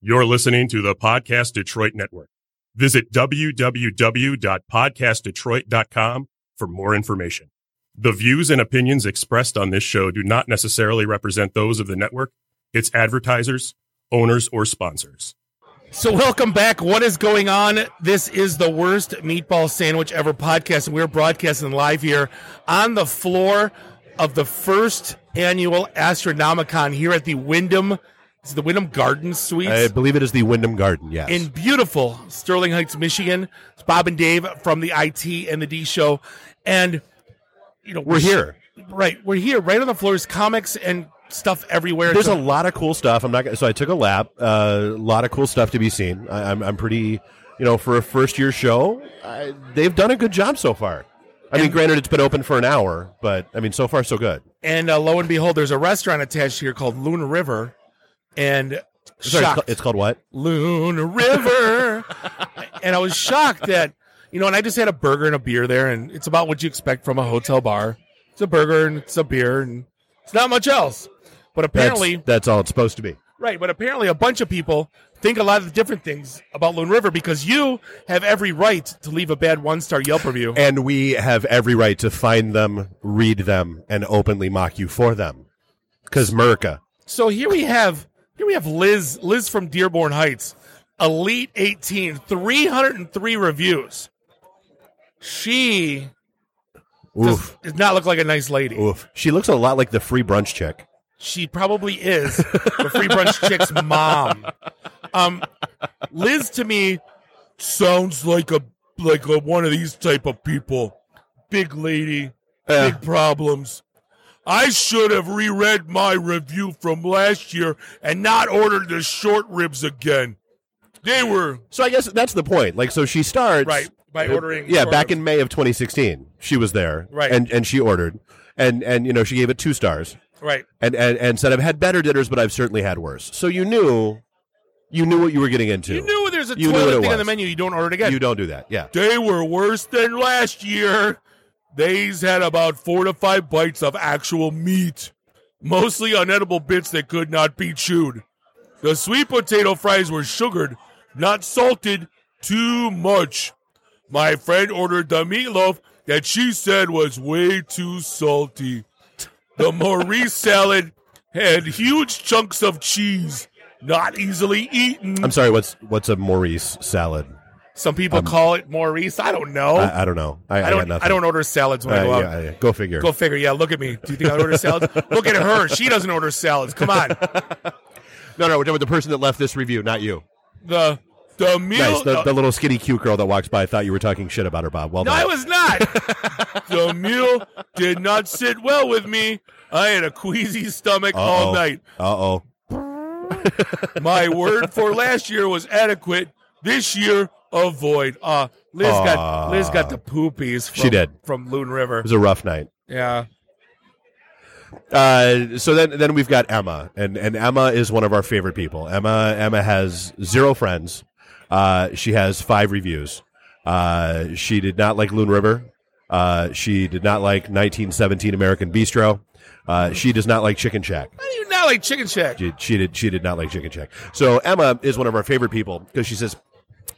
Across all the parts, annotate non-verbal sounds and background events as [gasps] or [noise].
You're listening to the Podcast Detroit Network. Visit www.podcastdetroit.com for more information. The views and opinions expressed on this show do not necessarily represent those of the network, its advertisers, owners, or sponsors. So, welcome back. What is going on? This is the worst meatball sandwich ever podcast, and we're broadcasting live here on the floor of the first annual Astronomicon here at the Wyndham. It's the Wyndham Garden Suites I believe it is the Wyndham Garden. Yes. in beautiful Sterling Heights, Michigan. It's Bob and Dave from the IT and the D Show, and you know We're here. right? We're here, right on the floor. There's comics and stuff everywhere. There's So- a lot of cool stuff. I'm not. Gonna, so I took a lap. Uh, A lot of cool stuff to be seen. I, I'm. I'm pretty. You know, for a first year show, I, they've done a good job so far. I mean, granted, it's been open for an hour, but I mean, so far so good. and uh, lo and behold, there's a restaurant attached here called Luna River, and Sorry, it's, shocked. called, it's called what? Luna River. and I was shocked that, you know, and I just had a burger and a beer there, and it's about what you expect from a hotel bar. It's a burger and it's a beer, and it's not much else. But That's- apparently, that's, all it's supposed to be. right, but apparently, a bunch of people think a lot of different things about Luna River because you have every right to leave a bad one star Yelp review. And we have every right to find them, read them, and openly mock you for them, because Merca. So here we have here we have Liz Liz from Dearborn Heights, Elite 18, 303 reviews. She Oof. does, does not look like a nice lady. Oof. She looks a lot like the free brunch chick. She probably is the free brunch chick's mom. Um, Liz to me sounds like a like a, one of these type of people. Big lady, Yeah. big problems. I should have reread my review from last year and not ordered the short ribs again. They were So I guess that's the point. Like, so she starts right by ordering. Yeah, short back ribs. in May of 2016, she was there, Right. And and she ordered, and and you know she gave it two stars, right. and and and said I've had better dinners, but I've certainly had worse. So you knew, you knew what you were getting into. You knew there's a You knew what toilet it thing on the was. menu. You don't order it again. You don't do that. Yeah. They were worse than last year. They's had about four to five bites of actual meat, mostly unedible bits that could not be chewed. The sweet potato fries were sugared, not salted, too much. My friend ordered the meatloaf that she said was way too salty. The Maurice salad had huge chunks of cheese, not easily eaten. I'm sorry. What's what's a Maurice salad? Some people call it Maurice. I don't know. I, I don't know. I, I, I got don't. nothing. I don't order salads when I Uh, go out. yeah, yeah. Go figure. Go figure. Yeah, look at me. Do you think I order [laughs] salads? look at her. She doesn't order salads. Come on. no, no. We're talking about the person that left this review, not you. The the meal. Nice. The, uh, the little skinny cute girl that walks by thought you were talking shit about her, Bob. Well no, done. I was [laughs] not. the meal did not sit well with me. I had a queasy stomach all night. Uh oh. My word for last year was adequate. This year, avoid. Uh Liz got Aw. Liz got the poopies. From, She did. from Loon River. It was a rough night. Yeah. Uh, so then, then we've got Emma, and, and Emma is one of our favorite people. Emma Emma has zero friends. Uh, she has five reviews. Uh, she did not like Loon River. Uh, she did not like 1917 American Bistro. Uh, she does not like Chicken Shack. How do you not like Chicken Shack? She, she did she did not like Chicken Shack. So Emma is one of our favorite people because she says.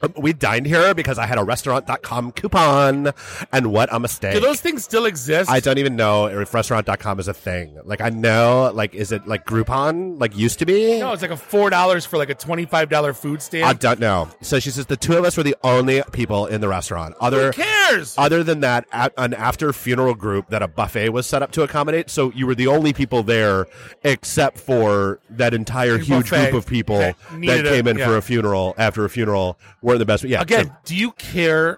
"Um, We dined here because I had a restaurant.com coupon, and what a mistake. Do those things still exist? I don't even know if restaurant.com is a thing. Like, I know, like, is it like Groupon, like used to be? No, it's like a four dollars for like a twenty five dollar food stand. I don't know. So she says the two of us were the only people in the restaurant. Other, Who cares? other than that, at an after funeral group that a buffet was set up to accommodate. So you were the only people there, except for that entire Big huge buffet group of people that that, needed a- came in for yeah. a funeral after a funeral. Weren't the best. Yeah. Again, so- do you care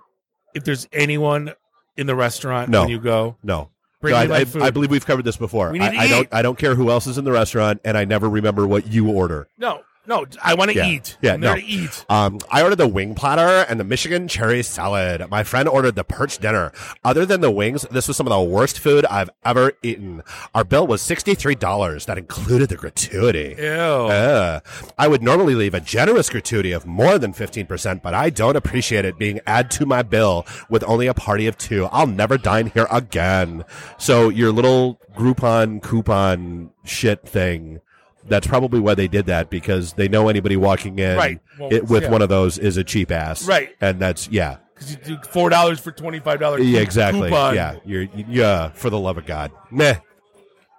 if there's anyone in the restaurant No. when you go? no. Bring No, me my I, I, food. I believe we've covered this before. We need I, to I don't. eat. I don't care who else is in the restaurant, and I never remember what you order. No, no, I want to Yeah. eat. Yeah, I'm there no. to eat. Um, I ordered the wing platter and the Michigan cherry salad. My friend ordered the perch dinner. Other than the wings, this was some of the worst food I've ever eaten. Our bill was $63. That included the gratuity. Ew. Uh, I would normally leave a generous gratuity of more than 15%, but I don't appreciate it being added to my bill with only a party of two. I'll never dine here again. So your little Groupon coupon shit thing That's probably why they did that because they know anybody walking in Right. Well, it, with yeah. one of those is a cheap ass. Right. And that's yeah, Because you do four dollars for twenty five dollars. yeah, exactly. Coupon. Yeah, you're yeah. For the love of God, meh.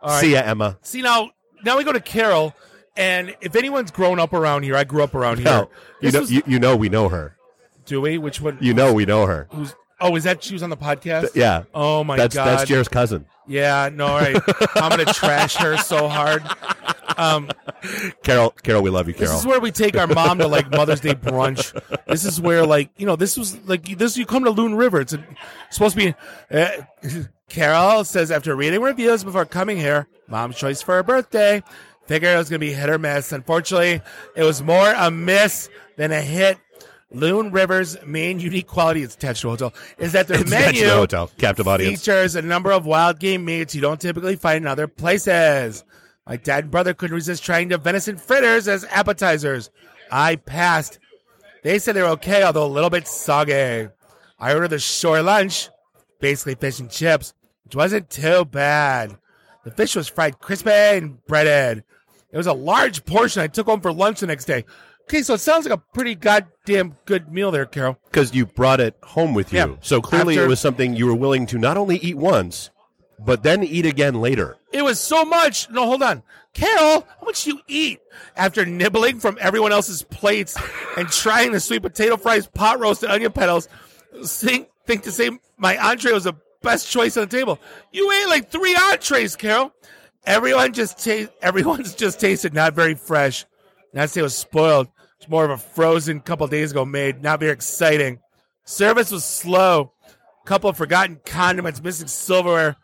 All right. See ya, Emma. See now, now we go to Carol, and if anyone's grown up around here, I grew up around here. No, you This know, was- you, you know, we know her. do we? Which one? You know, we know her. who's? Oh, is that she was on the podcast? Yeah, Oh my that's god. that's Jer's cousin, yeah. No. All [laughs] right. I'm gonna trash her so hard. Um, Carol. Carol, we love you, this Carol. is where we take our mom to like Mother's Day brunch. This is where like you know this was like this you come to Loon River. It's, a, supposed to be. Uh, Carol says after reading reviews before coming here, mom's choice for her birthday. Figured it was gonna be hit or miss. Unfortunately, it was more a miss than a hit. Loon River's main unique quality it's attached to a hotel is that their That's menu the hotel captive audience. features a number of wild game meats you don't typically find in other places. My dad and brother couldn't resist trying the venison fritters as appetizers. I passed. They said they were okay, although a little bit soggy. I ordered the shore lunch, basically fish and chips, which wasn't too bad. The fish was fried crispy and breaded. It was a large portion I took home for lunch the next day. Okay, so it sounds like a pretty goddamn good meal there, Carol. because you brought it home with you. Yeah. So clearly After- it was something you were willing to not only eat once, but then eat again later. It was so much. No, hold on. Carol, how much you eat after nibbling from everyone else's plates and trying the sweet potato fries, pot roast, and onion petals? Think, think to say my entree was the best choice on the table. You ate like three entrees, Carol. Everyone just ta- everyone's just tasted not very fresh. Not to say it was spoiled. It's more of a frozen couple days ago made. Not very exciting. Service was slow. Couple of forgotten condiments, missing silverware.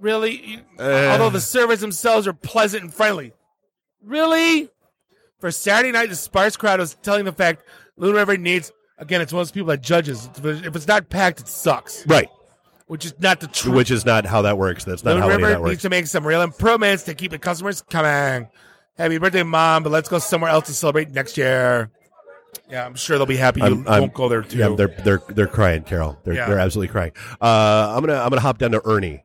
Really? You- Eh. Although the servers themselves are pleasant and friendly. Really? For Saturday night, the sparse crowd was telling the fact Loon River needs, again, it's one of those people that judges. If it's not packed, it sucks, Right. which is not the truth. Which is not how that works. That's not Moon how any of River that needs works. to make some real improvements to keep the customers coming. Happy birthday, mom! But let's go somewhere else to celebrate next year. Yeah, I'm sure they'll be happy you I'm- I'm- won't go there too. Yeah, they're they're they're crying, Carol. They're Yeah. they're absolutely crying. Uh, I'm gonna I'm gonna hop down to Ernie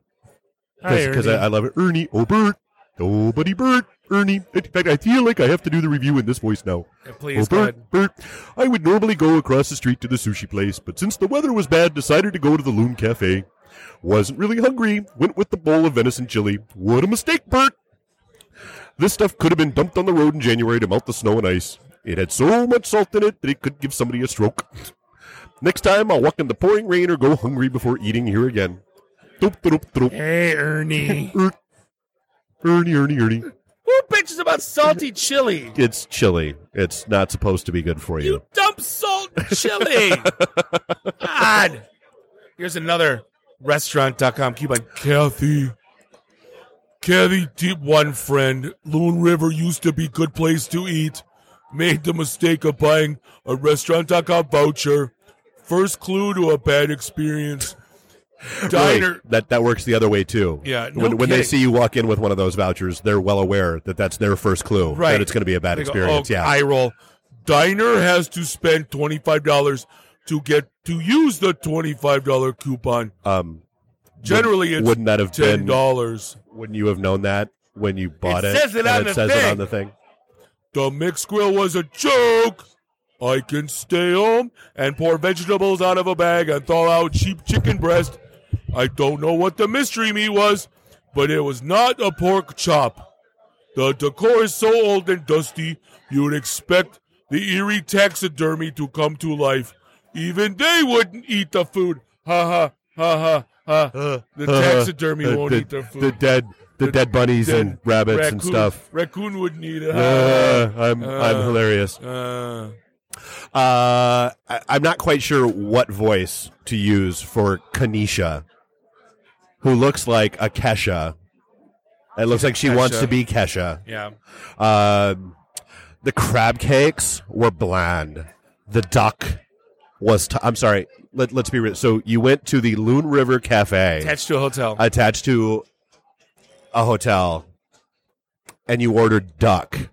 Hi, because Ernie. I, I love it. Ernie, oh Bert, oh buddy Bert, Ernie. In fact, I feel like I have to do the review in this voice now. Yeah, please go oh, ahead. Bert, Bert, I would normally go across the street to the sushi place, but since the weather was bad, decided to go to the Loon Cafe. Wasn't really hungry. Went with the bowl of venison chili. What a mistake, Bert! This stuff could have been dumped on the road in January to melt the snow and ice. It had so much salt in it that it could give somebody a stroke. Next time, I'll walk in the pouring rain or go hungry before eating here again. Doop, doop, doop. Hey, [laughs] Ernie. Er- Ernie, Ernie, Ernie. Who bitches about salty chili? It's chili. It's not supposed to be good for you. You dump salt in chili. God. Here's another restaurant.com coupon. Kathy. Kathy, deep one friend. Loon River used to be good place to eat. Made the mistake of buying a restaurant.com voucher. First clue to a bad experience. Really, Diner. that that works the other way too. Yeah, no when, when they kidding. see you walk in with one of those vouchers, they're well aware that that's their first clue Right. that it's going to be a bad They go, experience. "Oh, yeah, Eye roll. Diner has to spend twenty five dollars to get to use the twenty five dollar coupon. um, Generally, it's wouldn't that have ten been? dollars. Wouldn't you have known that when you bought It it? says it and on the says it thing. on the thing. The mixed grill was a joke. I can stay home and pour vegetables out of a bag and thaw out cheap chicken breast. I don't know what the mystery meat was, but it was not a pork chop. The decor is so old and dusty, you would expect the eerie taxidermy to come to life. Even they wouldn't eat the food. Ha ha ha ha ha. The taxidermy Uh, won't the, eat their food. The dead, the, The dead bunnies and Dead rabbits and raccoon- stuff. Raccoon wouldn't eat it. Uh, I'm I'm Uh. hilarious. Uh, Uh, I, I'm not quite sure what voice to use for Kanisha, who looks like a Kesha. It looks like she wants Kesha. to be Kesha. yeah. Um, the crab cakes were bland. The duck was. T- I'm sorry. Let, let's be real. So you went to the Loon River Cafe Attached to a hotel. attached to a hotel, and you ordered duck.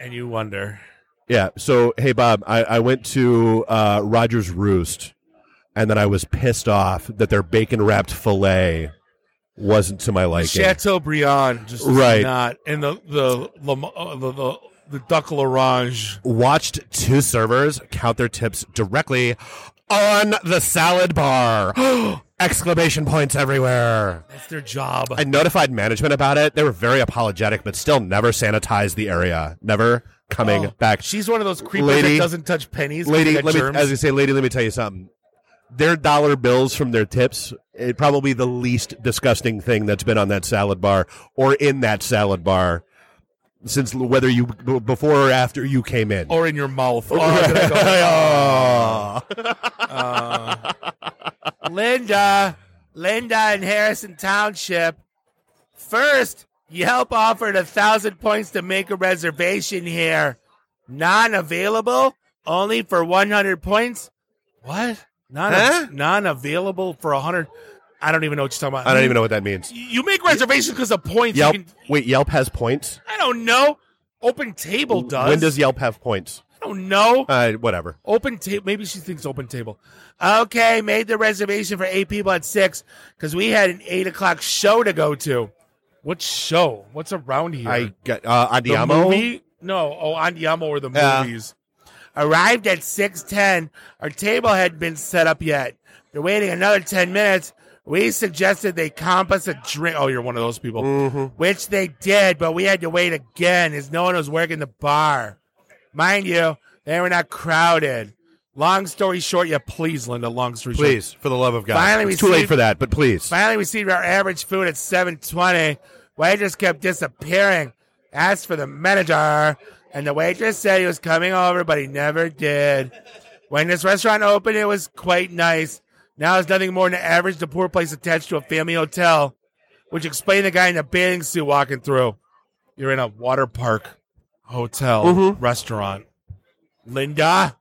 and you wonder. Yeah. So, hey, Bob, I, I went to uh, Roger's Roost, and then I was pissed off that their bacon wrapped filet wasn't to my liking. Chateaubriand, just Right. Not and the the Lam- uh, the the, the Duck L'Orange. Watched two servers count their tips directly on the salad bar. [gasps] Exclamation points everywhere. That's their job. I notified management about it. They were very apologetic, but still never sanitized the area. Never coming Oh, back. She's one of those creepers Lady- that doesn't touch pennies. 'cause lady, they got let me, germs. as you say, lady, let me tell you something. Their dollar bills from their tips, it, probably the least disgusting thing that's been on that salad bar or in that salad bar since l- whether you b- before or after you came in. Oh. or in your mouth. Oh, did [laughs] I go- Linda, Linda in Harrison Township. First, Yelp offered a thousand points to make a reservation here. Non-available, only for one hundred points. What? Non Huh? non-available for hundred? I don't even know what you're talking about. I don't even know what that means. You make reservations because of points. You Yelp. can- Wait, Yelp has points. I don't know. Open Table does. When does Yelp have points? I don't know. Uh, whatever. Open table. Maybe she thinks open table. Okay, made the reservation for eight people at six because we had an eight o'clock show to go to. What show? What's around here? I got uh, the Andiamo. movie? No. Oh, Andiamo or the Yeah. movies. Arrived at six ten. Our table hadn't been set up yet. They're waiting another ten minutes. We suggested they comp us a drink. Oh, you're one of those people, Mm-hmm. which they did, but we had to wait again as no one was working the bar. Mind you, they were not crowded. Long story short, yeah, please, Linda. Long story short, Please, for the love of God. Finally it's too late received- for that, but please. Finally, we received our average food at 720. Waitress kept disappearing. Asked for the manager, and the waitress said he was coming over, but he never did. When this restaurant opened, it was quite nice. Now it's nothing more than an average to poor place attached to a family hotel, which explained the guy in a bathing suit walking through. You're in a water park hotel restaurant. Linda,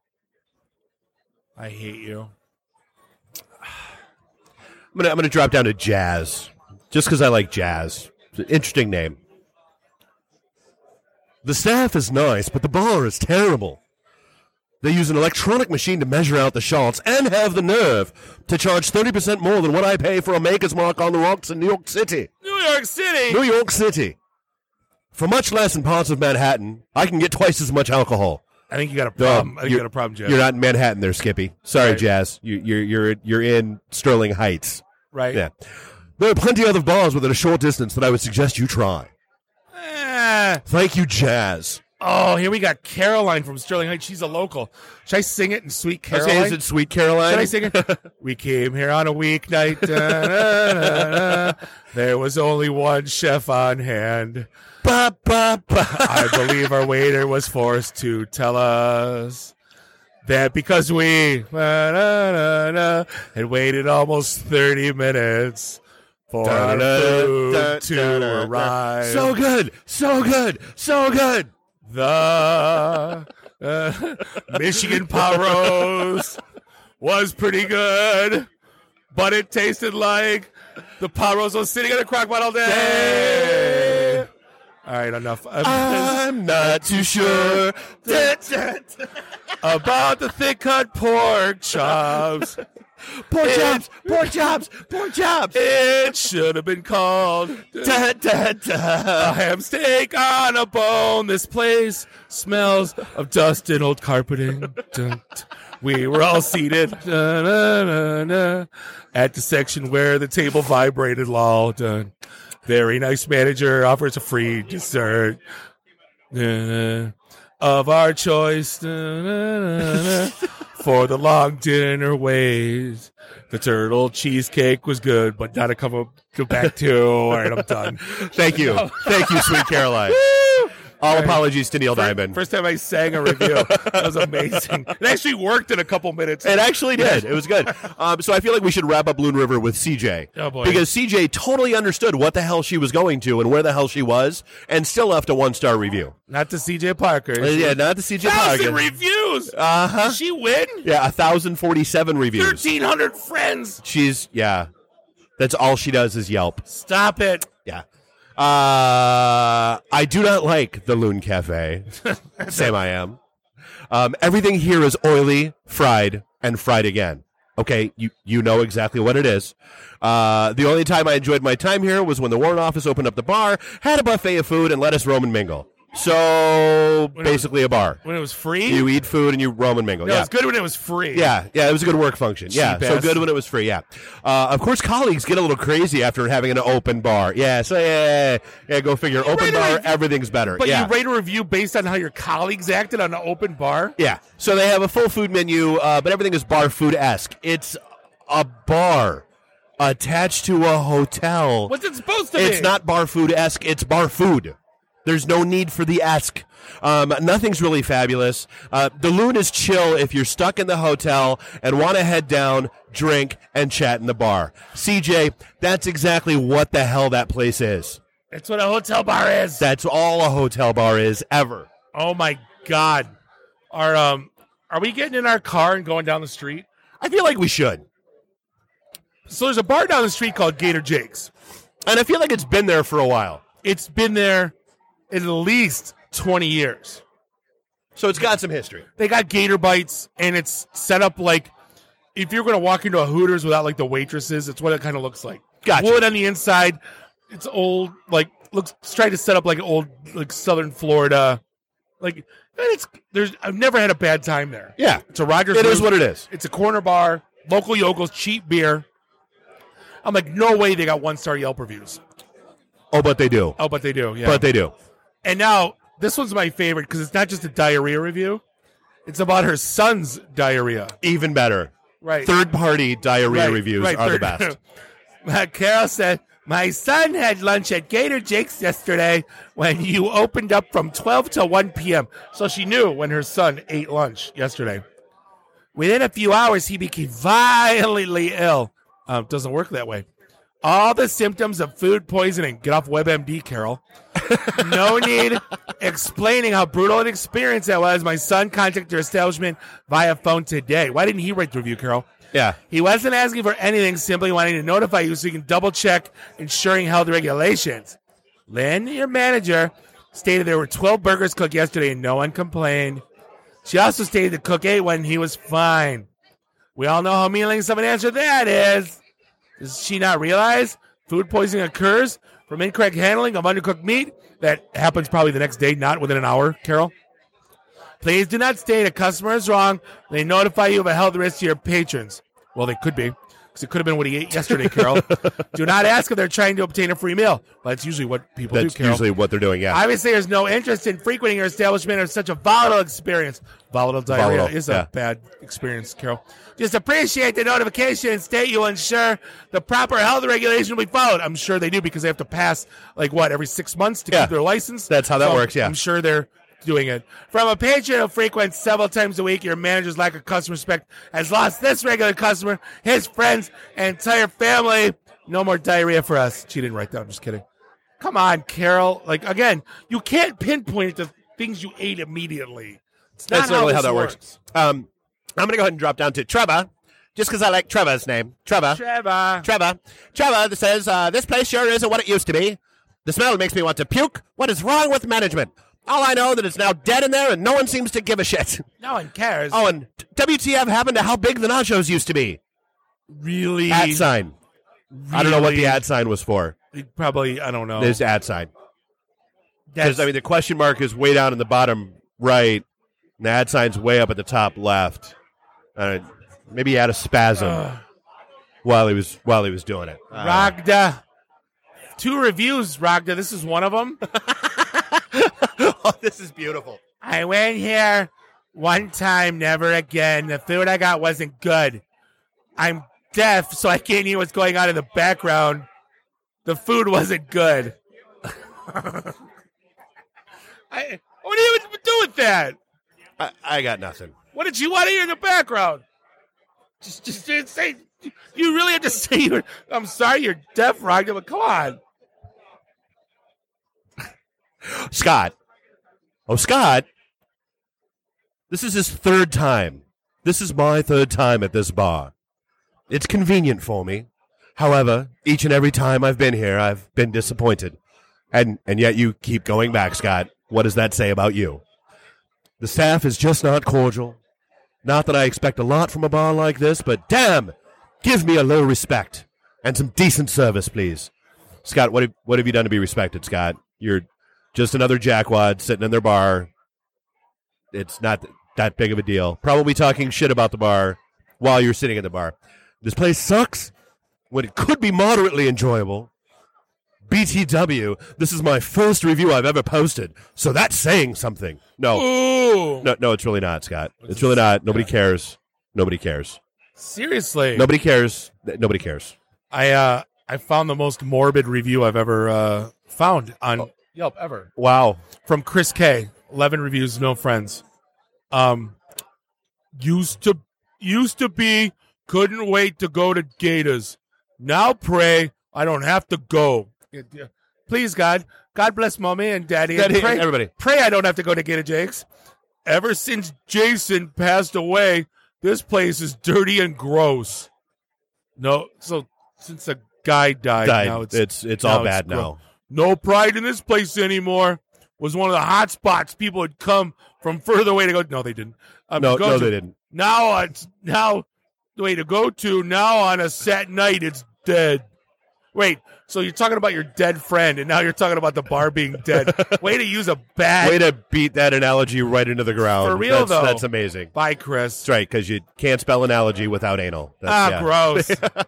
I hate you. I'm gonna I'm gonna drop down to jazz, just because I like jazz. It's an interesting name. The staff is nice, but the bar is terrible. They use an electronic machine to measure out the shots and have the nerve to charge 30% more than what I pay for a maker's mark on the rocks in New York City. New York City. New York City. For much less in parts of Manhattan, I can get twice as much alcohol. I think you got a No, problem. Um, I think you you're- got a problem, Jeff. You're not in Manhattan there, Skippy. Sorry, Right. Jazz. You, you're, you're, you're in Sterling Heights. right? Yeah. There are plenty other bars within a short distance that I would suggest you try. Eh. Thank you, Jazz. oh, here we got Caroline from Sterling Heights. She's a local. Should I sing it in Sweet Caroline? Okay, is it Sweet Caroline? Should I sing [laughs] it? we came here on a weeknight. Da, da, da, da. There was only one chef on hand. Ba, ba, ba. I believe our waiter was forced to tell us that because we da, da, da, da, had waited almost 30 minutes for Da, da, our da, da, food da, da, to da. arrive. So good, so good, so good. The uh, Michigan pot roast was pretty good, but it tasted like the pot roast was sitting in a crock pot all day. All right, enough Um, I'm not too sure. Da, da, da. about the thick cut pork chops. Poor jobs, poor jobs, poor jobs. It should have been called Da, da, da. a ham steak on a bone. This place smells of dust and old carpeting. Dun, t- We were all seated dun, dun, dun, dun, at the section where the table vibrated. Lol. Dun. Very nice manager offers a free dessert dun, dun, of our choice dun, dun, dun, [laughs] dun, for the long dinner ways. The turtle cheesecake was good, but not a cup of go back to. All right, I'm done. Thank [laughs] you, thank you, Sweet [laughs] Caroline. All apologies to Neil [laughs] Diamond. First time I sang a review. that was amazing. [laughs] It actually worked in a couple minutes. It actually did. It was good. Um, so I feel like we should wrap up Loon River with CJ. Oh, boy. Because CJ totally understood what the hell she was going to and where the hell she was, and still left a one star review. Not to CJ Parker. Uh, yeah, not the CJ Thousand Power. reviews. Uh huh. Did she win? Yeah, thousand forty seven reviews. Thirteen hundred friends. She's yeah. That's all she does is Yelp. Stop it. Yeah. Uh, I do not like the Loon [laughs] Cafe. Sam, I am. Um, everything here is oily, fried, and fried again. Okay, you you know exactly what it is. Uh, the only time I enjoyed my time here was when the Warren office opened up the bar, had a buffet of food, and let us roam and mingle. So When it- basically, a bar. When it was free? You eat food and you roam and mingle. no, yeah. it's good when it was free. Yeah, yeah, it was a good work function. yeah, Cheap so ass. good when it was free. Yeah, uh, of course, colleagues get a little crazy after having an open bar. Yeah, so yeah, yeah, yeah, yeah, go figure. Open right bar, away- everything's better. But yeah. you rate a review based on how your colleagues acted on an open bar? yeah, so they have a full food menu, uh, but everything is bar food esque. It's a bar attached to a hotel. What's it supposed to be? It's not bar food esque. It's bar food. There's no need for the esque. Um, nothing's really fabulous. Uh, the loon is chill if you're stuck in the hotel and want to head down, drink, and chat in the bar. CJ, that's exactly what the hell that place is. That's what a hotel bar is. That's all a hotel bar is ever. oh my god. Are um are we getting in our car and going down the street? I feel like we should. So there's a bar down the street called Gator Jake's. And I feel like it's been there for a while. It's been there at least 20 years. So it's got some history. They got gator bites and it's set up like if you're going to walk into a Hooters without like the waitresses, it's what it kind of looks like. Gotcha. Wood on the inside. It's old like looks try to set up like an old like southern Florida like and it's there's I've never had a bad time there. Yeah. It's a Rogers It Roof. is what it is. It's a corner bar, local yokels, cheap beer. I'm like, no way they got one star Yelp reviews. Oh, but they do. Oh, but they do. Yeah. But they do. and now this one's my favorite because it's not just a diarrhea review; it's about her son's diarrhea. Even better. Right. Third party diarrhea Right, reviews right, are the third. [laughs] best. My- Carol said, "My son had lunch at Gator Jake's yesterday when you opened up from 12 to 1 p.m." So she knew when her son ate lunch yesterday. Within a few hours, he became violently ill. Um, doesn't work that way. All the symptoms of food poisoning. Get off WebMD, [laughs] Carol. no need explaining how brutal an experience that was. My son contacted your establishment via phone today. Why didn't he write the review, Carol? Yeah. He wasn't asking for anything, simply wanting to notify you so you can double check ensuring held regulations. Lynn, your manager, stated there were 12 burgers cooked yesterday and no one complained. She also stated the cook ate one and he was fine. We all know how meaningless of an answer that is. Does she not realize food poisoning occurs from incorrect handling of undercooked meat? That happens probably the next day, not within an hour, Carol. Please do not state a customer is wrong. They notify you of a health risk to your patrons. Well, they could be, because it could have been what he ate yesterday, Carol. do not ask if they're trying to obtain a free meal. Well, that's usually what people That's do, Carol. usually what they're doing. Yeah. Obviously, there's no interest in frequenting your establishment or such a volatile experience. Volatile diarrhea Volatile, is yeah. a bad experience, Carol. Just appreciate the notification and state you ensure the proper health regulation will be followed. I'm sure they do because they have to pass, like, what, every six months to Yeah. keep their license? That's how that works, yeah. I'm sure they're doing it. From a patron who frequents several times a week, your manager's lack of customer respect has lost this regular customer, his friends, and entire family. No more diarrhea for us. She didn't write that. I'm just kidding. Come on, Carol. Like again, you can't pinpoint the things you ate immediately. It's not That's not really how this that works. Um, I'm going to go ahead and drop down to Trevor, just because I like Trevor's name. Trevor. Trevor. Trevor. Trevor that says, uh, This place sure isn't what it used to be. The smell makes me want to puke. What is wrong with management? All I know that it's now dead in there and no one seems to give a shit. [laughs] No one cares. Oh, and t- WTF happened to how big the nachos used to be. really? At sign. I don't know what the Really? Oh. ad sign was for. Probably. I don't know. There's the ad sign. That's- Because, I mean, the question mark is way down in the bottom right, and the ad sign's way up at the top left. Uh, maybe he had a spasm while he was while he was doing it. Uh, Ragda. Two reviews, Ragda. This is one of them. oh, [laughs] this is beautiful. I went here one time, never again. The food I got wasn't good. I'm deaf, so I can't hear what's going on in the background. The food wasn't good. [laughs] I, what do you do with that? I, I got nothing. What did you want to hear in the background? Just, just, didn't say. You really have to [laughs] say. You're, I'm sorry, you're deaf, Rogner, but come on. Scott. Oh, Scott. This is his third time. This is my third time at this bar. It's convenient for me. However, each and every time I've been here, I've been disappointed. And and yet you keep going back, Scott. What does that say about you? The staff is just not cordial. Not that I expect a lot from a bar like this, but damn, give me a little respect and some decent service, please. Scott, what have, what have you done to be respected, Scott? You're just another jackwad sitting in their bar. It's not th- that big of a deal. Probably talking shit about the bar while you're sitting at the bar. This place sucks when it could be moderately enjoyable. BTW, this is my first review I've ever posted, so that's saying something. No, Ooh. no, no, it's really not, Scott. It's really not. Nobody cares. Nobody cares. Seriously. Nobody cares. Th- Nobody cares. I uh I found the most morbid review I've ever uh found on Oh, Yelp ever. Wow. From Chris K. Eleven reviews, no friends. Um used to used to be couldn't wait to go to Gators. Now pray I don't have to go. Please God, God bless mommy and daddy. and pray- everybody. Pray I don't have to go to Gator Jake's. Ever since Jason passed away, this place is dirty and gross. No, so since a guy died, Died. now it's, it's it's, now it's all bad grown. now. no pride in this place anymore. Was one of the hot spots people had come from further away to go. No, they didn't. Um, No, go no, to. they didn't. Now it's now the way to go to. Now on a set night, it's dead. Wait, so you're talking about your dead friend, and now you're talking about the bar being [laughs] dead. way to use a bad Way to beat that analogy right into the ground. For real, that's, though. That's amazing. Bye, Chris. That's right, because you can't spell analogy without anal. That's, ah, yeah. [laughs] gross. Uh,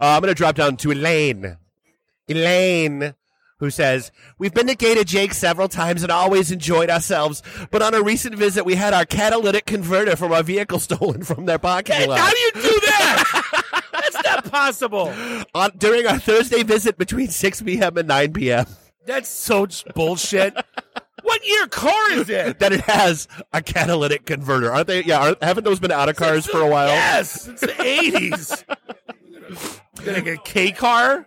I'm going to drop down to Elaine. Elaine, who says, We've been to Gator Jake several times and always enjoyed ourselves, but on a recent visit, we had our catalytic converter from our vehicle [laughs] stolen from their parking lot. How do you do that? [laughs] That's not possible. on, during our Thursday visit between 6 p.m. and 9 p.m. That's so j- bullshit. What year car is it? that it has a catalytic converter. Aren't they? Yeah, aren't, haven't those been out of cars for a while? Yes, it's the eighties. Gonna get a K car?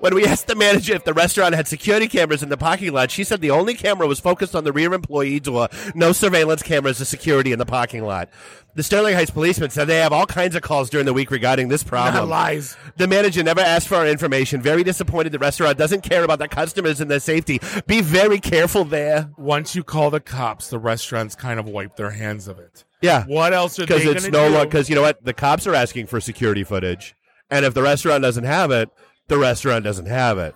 when we asked the manager if the restaurant had security cameras in the parking lot, she said the only camera was focused on the rear employee door. No surveillance cameras or security in the parking lot. The Sterling Heights policeman said they have all kinds of calls during the week regarding this Not problem. lies. The manager never asked for our information. Very disappointed the restaurant doesn't care about their customers and their safety. Be very careful there. Once you call the cops, the restaurants kind of wipe their hands of it. Yeah. What else are they because gonna it's no do? longer because you know what the cops are asking for security footage and if the restaurant doesn't have it the restaurant doesn't have it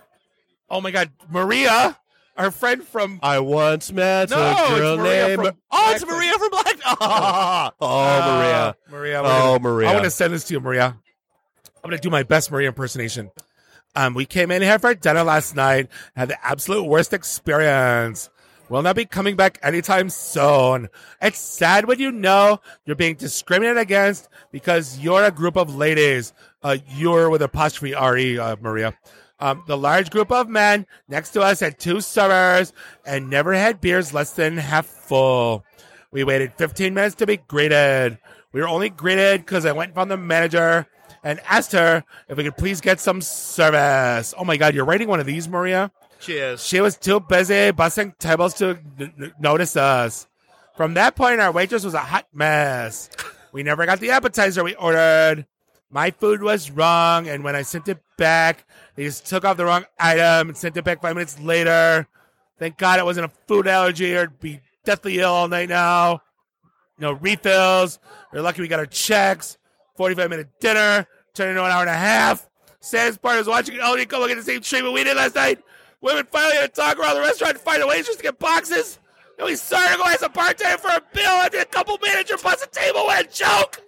oh my god, Maria, our friend from i once met No, a it's girl Maria named [laughs] from oh it's Blackpink. maria from black oh, oh maria Uh, Maria. we're oh gonna- maria I want to send this to you, Maria. I'm going to do my best Maria impersonation. Um, we came in here for dinner last night, had the absolute worst experience. Will not be coming back anytime soon. It's sad when you know you're being discriminated against because you're a group of ladies. Uh, you're with apostrophe R-E, uh, Maria. Um, the large group of men next to us had two servers and never had beers less than half full. We waited 15 minutes to be greeted. We were only greeted because I went and found the manager and asked her if we could please get some service. Oh my God, you're writing one of these, Maria? cheers She was too busy busting tables to n- n- notice us. From that point, our waitress was a hot mess. We never got the appetizer we ordered. My food was wrong, and when I sent it back, they just took off the wrong item and sent it back five minutes later. Thank God it wasn't a food allergy or I'd be deathly ill all night now. No refills. We're lucky we got our checks. 45 minute dinner turned into an hour and a half. Saddest part is watching El Nico look at the same treatment we did last night. Women finally had to talk around the restaurant and find a waitress to get boxes. And we started to go ask a bartender for a bill after a couple manager bust a table with a joke.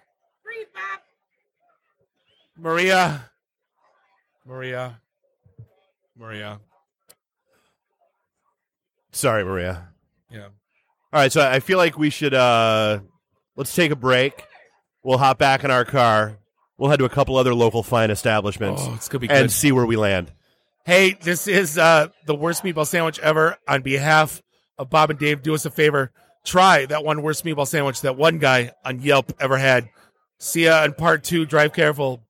Maria. Maria. Maria. sorry maria Yeah. all right so i feel like we should uh let's take a break we'll hop back in our car we'll head to a couple other local fine establishments Oh, it's going to be and see where we land Hey, this is uh, the worst meatball sandwich ever. On behalf of Bob and Dave, do us a favor. Try that one worst meatball sandwich that one guy on Yelp ever had. See ya in part two. Drive careful.